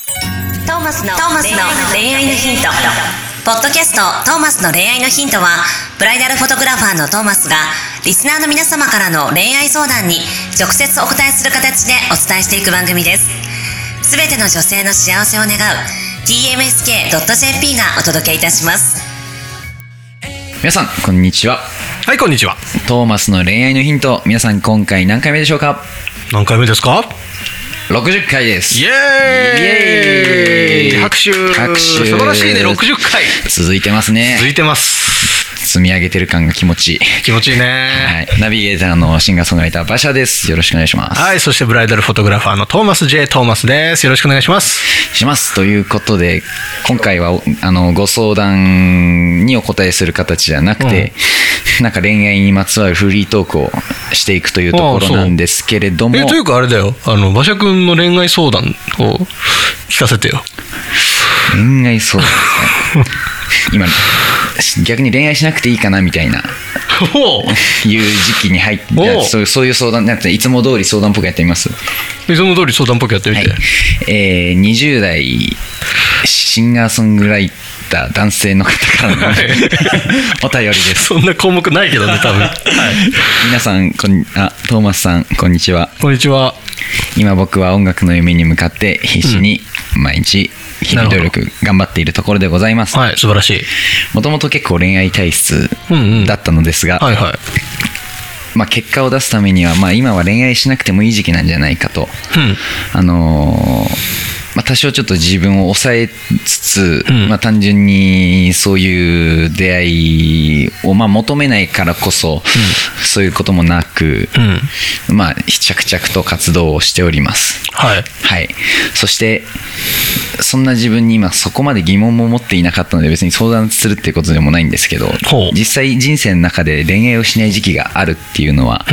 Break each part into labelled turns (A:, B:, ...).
A: トーマスのトーマスの恋愛のヒントポッドキャスト「トーマスの恋愛のヒントは」ブライダルフォトグラファーのトーマスがリスナーの皆様からの恋愛相談に直接お答えする形でお伝えしていく番組ですすべての女性の幸せを願う tmsk.jp がお届けいたします
B: 皆さんこんにちは
C: はい、こんにちは。
B: トーマスの恋愛のヒント皆さん今回何回目でしょうか
C: 何回目ですか
B: 60回です
C: イエーイ
B: イエーイ
C: 拍手
B: 拍手
C: 素晴らしいね、60回。
B: 続いてます
C: 続
B: ね
C: いてます。
B: 積み上げてる感が気持ちいい、
C: 気持ちいい
B: は
C: ね。
B: い、ナビゲーターのシンガーソングライター馬車ですよろしくお願いします、
C: はい、そしてブライダルフォトグラファーのトーマス J. トーマスです。よろしくお願いします。
B: しますということで今回はおあのご相談にお答えする形じゃなくて、なんか恋愛にまつわるフリートークをしていくというとこ
C: ああ
B: ろ
C: そう
B: なんですけれども
C: え、というかあれだよ。あの、馬車くんの恋愛相談を聞かせてよ。
B: 恋愛相談 ですね今逆に恋愛しなくていいかなみたいな
C: お
B: いう時期に入って
C: おう
B: じゃあそうそういう相談なんていつも通り相談っぽくやってみます、は
C: おいつも通り相談っぽくやってみ
B: い
C: て。
B: えー、20代シンガーソングライター男性の方からの お便りです
C: そんな項目ないけどね、 多分。はい。
B: 皆さんこんにあトーマスさんこんにちは
C: こんにちは。
B: 今僕は音楽の夢に向かって必死に毎日日々努力頑張っているところでございます
C: はい、素晴らしい。
B: もともと結構恋愛体質
C: うんうん
B: だったのですが、
C: はいはい。
B: まあ、結果を出すためには、まあ、今は恋愛しなくてもいい時期なんじゃないかと、
C: うん
B: あのーまあ、多少ちょっと自分を抑えつつ、
C: うん
B: まあ、単純にそういう出会いを、まあ、求めないからこそ、そういうこともなく、
C: うん。
B: まあ、着々と活動をしております。
C: はい。
B: はい、そしてそんな自分に今そこまで疑問も持っていなかったので別に相談するってことでもないんですけど
C: ほう
B: 実際人生の中で恋愛をしない時期があるっていうのは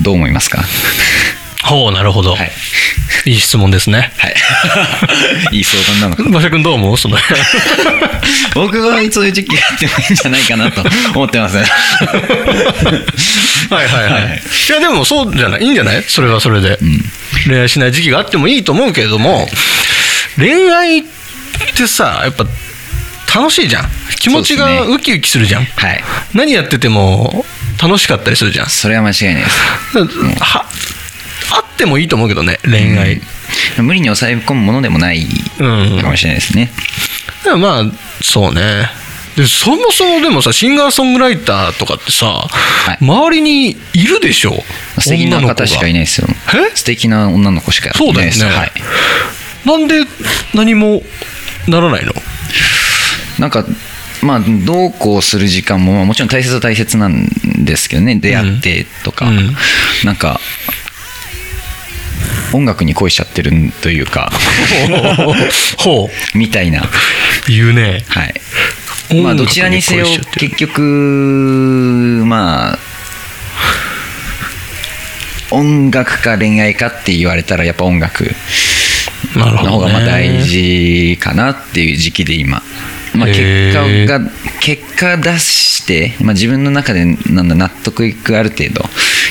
B: どう思いますか、
C: ほう、なるほど。
B: はい、
C: いい質問ですね。
B: はい、いい 相談なのか
C: 馬車くんどう思うその。
B: 僕はそういう時期があってもいいんじゃないかなと思って ますね
C: はいはいはい。
B: はい
C: い、やでもそうじゃない、いいんじゃないそれはそれで、恋愛しない時期があってもいいと思うけれども、恋愛ってさ、やっぱ楽しいじゃん。気持ち
B: そうで
C: が
B: すね
C: ウキウキするじゃん。
B: はい
C: 何やってても楽しかったりするじゃん。
B: それは間違いないです
C: はあってもいいと思うけどね、恋愛。
B: 無理に抑え込むものでもない
C: うん
B: かもしれないですね、
C: でもまあ、そうね。でそもそもでもさシンガーソングライターとかってさ、
B: い
C: 周りにいるでしょ
B: 素敵な
C: 女の子
B: 方
C: が
B: しかいないですよ
C: え
B: 素敵な女の子しか
C: そう
B: いな
C: だ
B: い
C: よ
B: で
C: ね
B: すはい
C: なんで何もな らないの
B: なんかまあどうこうする時間もまあもちろん大切は大切なんですけどね出会ってとか、
C: うん
B: なんか音楽に恋しちゃってるというか
C: ほう
B: みたいな
C: 言うね
B: はい
C: 音楽に
B: まあどちらにせよ
C: 恋しちゃってる
B: 結局まあ音楽か恋愛かって言われたらやっぱ音楽
C: なる
B: の方
C: ほど、
B: が
C: ね、
B: まあ大事かなっていう時期で今、まあ、
C: へ
B: 結
C: ー
B: 果が結果出して、まあ、自分の中でなんだ納得いくある程度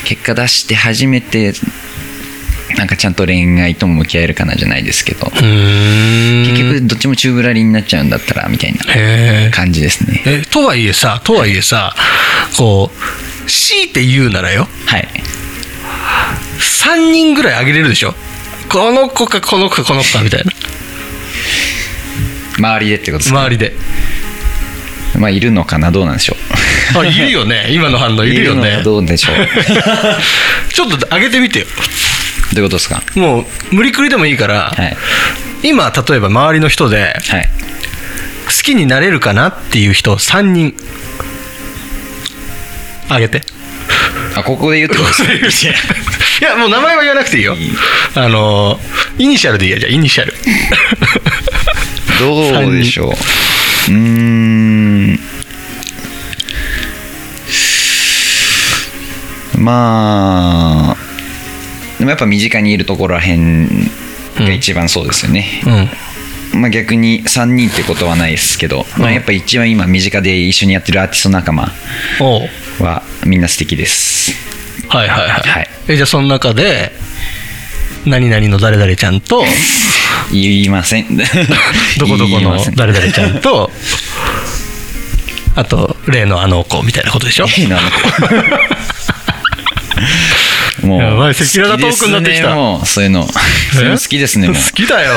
B: 結果出して初めてなんかちゃんと恋愛とも向き合えるかなじゃないですけど
C: うーん
B: 結局どっちも宙ぶらりんになっちゃうんだったらみたいな
C: へー
B: 感じですね
C: えとはいえさとはいえさこう強いて言うならよ
B: はい
C: 3人ぐらいあげれるでしょこの子かこの子かこの子かみたいな
B: 周りでってことですか、
C: 周りで
B: まあ、いるのかなどうなんでしょ
C: あいるよね今の反応
B: う
C: いるよ
B: のか
C: ね
B: どうでしょうど
C: ちょっとあげてみてよ
B: ういうことですか
C: もう無理くりでもいいから、
B: はい
C: 今例えば周りの人で
B: はい
C: 好きになれるかなっていう人3人あ げて
B: あここで言うってことです か
C: いやもう名前は言わなくていいよあのーイニシャルでいいやじゃあイニシャル
B: どうでしょううーんまあでもやっぱ身近にいるところらへんが一番そうですよね、
C: うん
B: まあ、逆に3人ってことはないですけど、まあ、やっぱ一番今身近で一緒にやってるアーティスト仲間
C: おう
B: はみんな素敵です
C: はいはいはい、
B: はい
C: えじゃあその中で何々の誰々ちゃんと
B: 言いません
C: どこどこ
B: 言い
C: の
B: ません
C: 誰々ちゃんと、あと、例のあの子みたいなことで しょ。
B: いいなあの子 もう
C: やばい赤裸々トークになってきた
B: 好ですねもうそういうのそういうの好きですね
C: え
B: もう
C: 好きだよ。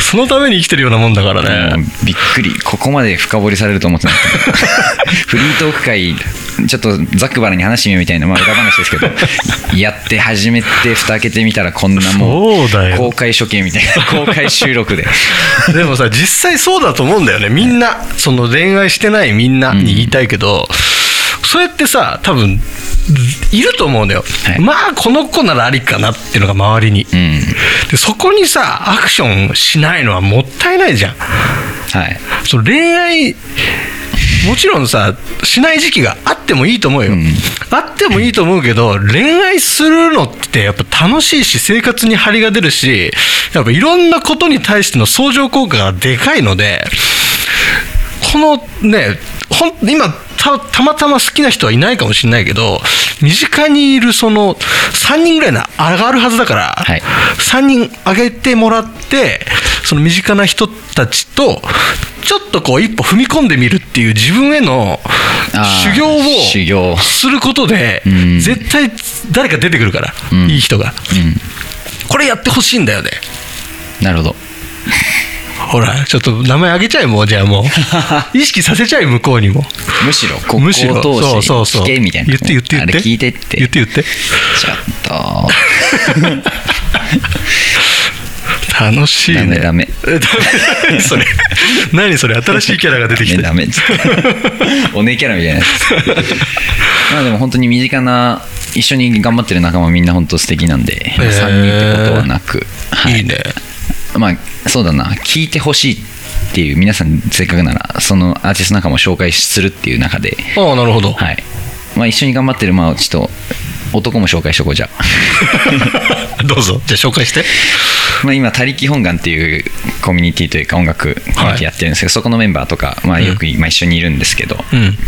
C: そのために生きてるようなもんだから
B: も
C: ね。
B: うびっくりここまで深掘りされると思ってなかった フリートーク会ちょっとざっくばらんに話してみようみたいな、まあ、裏話です けどやって始めて蓋開けてみたらこんなもう
C: そうだよ
B: 公開処刑みたい な公開収録で
C: でもさ、実際そうだと思うんだよね。みんな、その恋愛してないみんなに言いたいけど、そうやってさ、多分、いると思うんだよ。
B: はい
C: まあ、この子ならありかなっていうのが周りに。
B: うん
C: でそこにさアクションしないのはもったいないじゃん
B: はい
C: その恋愛もちろんさしない時期があってもいいと思うよ、
B: ん
C: あってもいいと思うけど恋愛するのってやっぱ楽しいし生活に張りが出るしやっぱいろんなことに対しての相乗効果がでかいのでこのねほん今たたまたま好きな人はいないかもしれないけど身近にいるその3人ぐらいな上がるはずだから、
B: はい
C: 3人上げてもらってその身近な人たちとちょっとこう一歩踏み込んでみるっていう自分への
B: あー
C: 修行を
B: 修行
C: することで
B: ん
C: 絶対誰か出てくるから、
B: ん
C: いい人がこれやってほしいんだよね
B: うんなるほど
C: ほらちょっと名前あげちゃえもうじゃあ もう意識させちゃえ向こうにも
B: むしろここを
C: む
B: 通
C: しろ
B: して聞けみたいな
C: 言って言って言って
B: あれ聞いてって
C: 言って言って
B: ちょっ
C: 楽しい
B: とダメ
C: ね
B: ダメ
C: えダメ それ何それ新しいキャラが出 てきた
B: ダメダメお姉キャラみたいなやつまあでも本当に身近な一緒に頑張ってる仲間みんな本当素敵なんで、
C: へー
B: 3人ってことはなく、はい
C: いね
B: まあそうだな聞いてほしいっていう皆さんせっかくならそのアーティスト仲間を紹介するっていう中で、
C: ああなるほど
B: はいまあ、一緒に頑張ってるまあちょっと男も紹介しとこうじゃ あ
C: どうぞじゃあ紹介して
B: まあ今「他力本願」っていうコミュニティというか音楽コミュニティやってるんですけど、そこのメンバーとか、まあ、よく今一緒にいるんですけど、
C: うん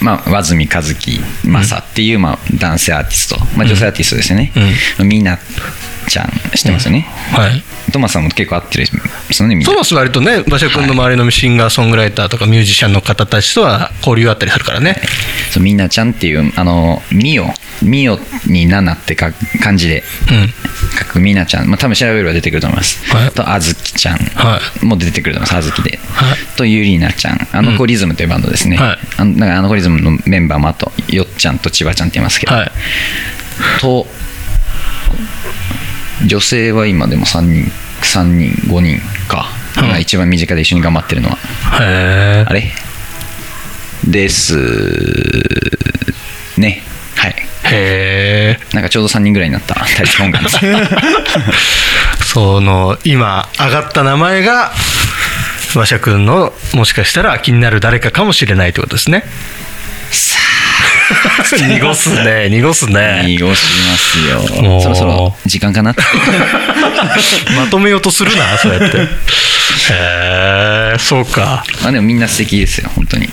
B: まあ、和住和樹マサっていう、まあ、男性アーティスト、まあ、女性アーティストですよね、みなちゃん知ってますよね、
C: はい
B: トマスさんも結構合ってるですよねみんな
C: トマス割とね馬車君の周りのシンガーソングライターとかミュージシャンの方たちとは交流あったりするからね
B: そうみなちゃんっていうあのミオミオにナナってか漢字で
C: うん
B: 書くみなちゃん、まあ、多分調べれば出てくると思います、
C: はい
B: とあずきちゃん
C: は
B: も出てくると思いますあずきで、
C: はい
B: とゆりなちゃんあの子リズムというバンドですね、
C: はい
B: あのだからあの子リズムのメンバーもあとよっちゃんと千葉ちゃんって言いますけど、
C: はい
B: と女性は今でも3人3人5人か、
C: うん
B: 一番身近で一緒に頑張ってるのは
C: へえ
B: あれですねはい
C: へえ
B: なんかちょうど3人ぐらいになった大した 本願です
C: その今上がった名前が馬車君のもしかしたら気になる誰かかもしれないってことですねさあ濁すね濁すね
B: 濁します
C: も
B: よ
C: う
B: そろそろ時間かな
C: まとめようとするなそうや ってへえそうか
B: まあでもみんな素敵ですよ本当に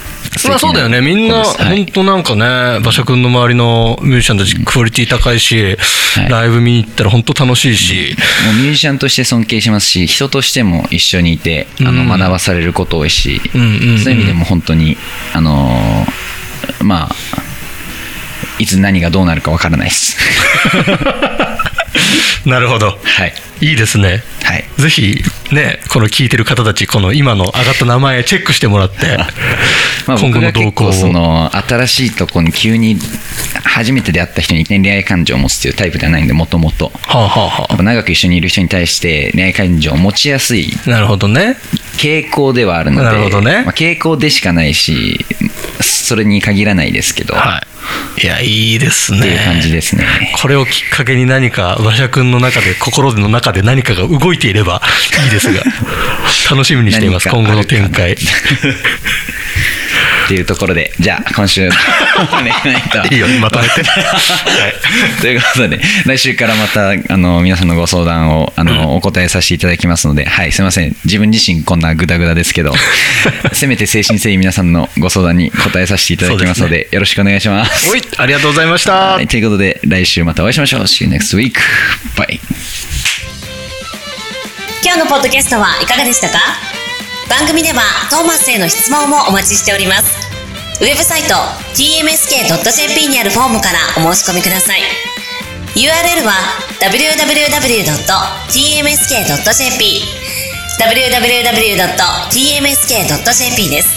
C: まあそうだよね、みんな、
B: 素敵子ですはい
C: 本当なんかね、馬車君の周りのミュージシャンたち、クオリティ高いし、
B: はい
C: ライブ見に行ったら本当楽しいし、
B: もうミュージシャンとして尊敬しますし人としても一緒にいてあ
C: う
B: の
C: ん
B: 学ばされること多いし、
C: うんうんうん
B: そういう意味でも本当にあのーまあいつ何がどうなるかわからないです
C: なるほど、
B: はい
C: いいですね。
B: はい
C: ぜひね、この聞いてる方たち、この今の上がった名前チェックしてもらって、
B: まあ、
C: 今後
B: 僕
C: の
B: が結
C: 動向を
B: 構。その新しいとこに急に初めて出会った人にいきなり恋愛感情を持つっていうタイプではないんでもともと
C: はあ、はあは
B: 長く一緒にいる人に対して恋愛感情を持ちやすい
C: あ、なるほどね。
B: 傾向ではあるので
C: なるほどね
B: まあ、傾向でしかないしそれに限らないですけど、
C: はい。いや、いいですね。
B: っていう感じですね。
C: これをきっかけに何か馬車君の中で心の中で何かが動いていれ ばいいですが楽しみにしています今
B: 何か
C: 後
B: あ
C: の
B: るかな
C: 展開
B: っていうところで、じゃあ、今週の恋愛とは。
C: いいよまと めてはい
B: ということで、来週からまた、あの、皆さんのご相談を、あの、お答えさせていただきますので、はい、すいません。自分自身こんなグダグダですけ ど、せめて精神誠意皆さんのご相談に答えさせていただきますので、よろしくお願いします。
C: おいありがとうございました
B: はい、ということで、来週またお会いしましょう。See you next week. Bye.
A: 今日のポッドキャストはいかがでしたか番組ではトーマスへの質問もお待ちしておりますウェブサイト tmsk.jp にあるフォームからお申し込みください URL は www.tmsk.jp www.tmsk.jp です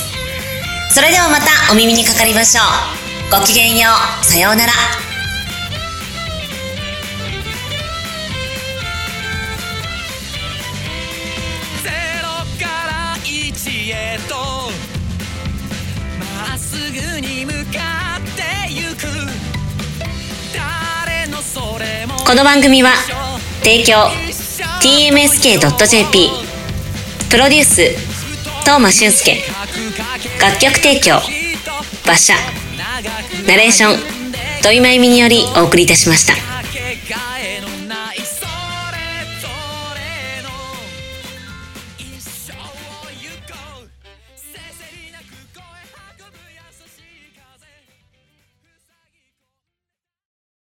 A: それではまたお耳にかかりましょうごきげんようさようなら
D: ゼロから一へとまっすぐに向かってゆく誰のそれも
A: この番組は提供 TMSK.jp プロデュース東間俊介楽曲提供馬車ナレーション土井真由美によりお送りいたしました。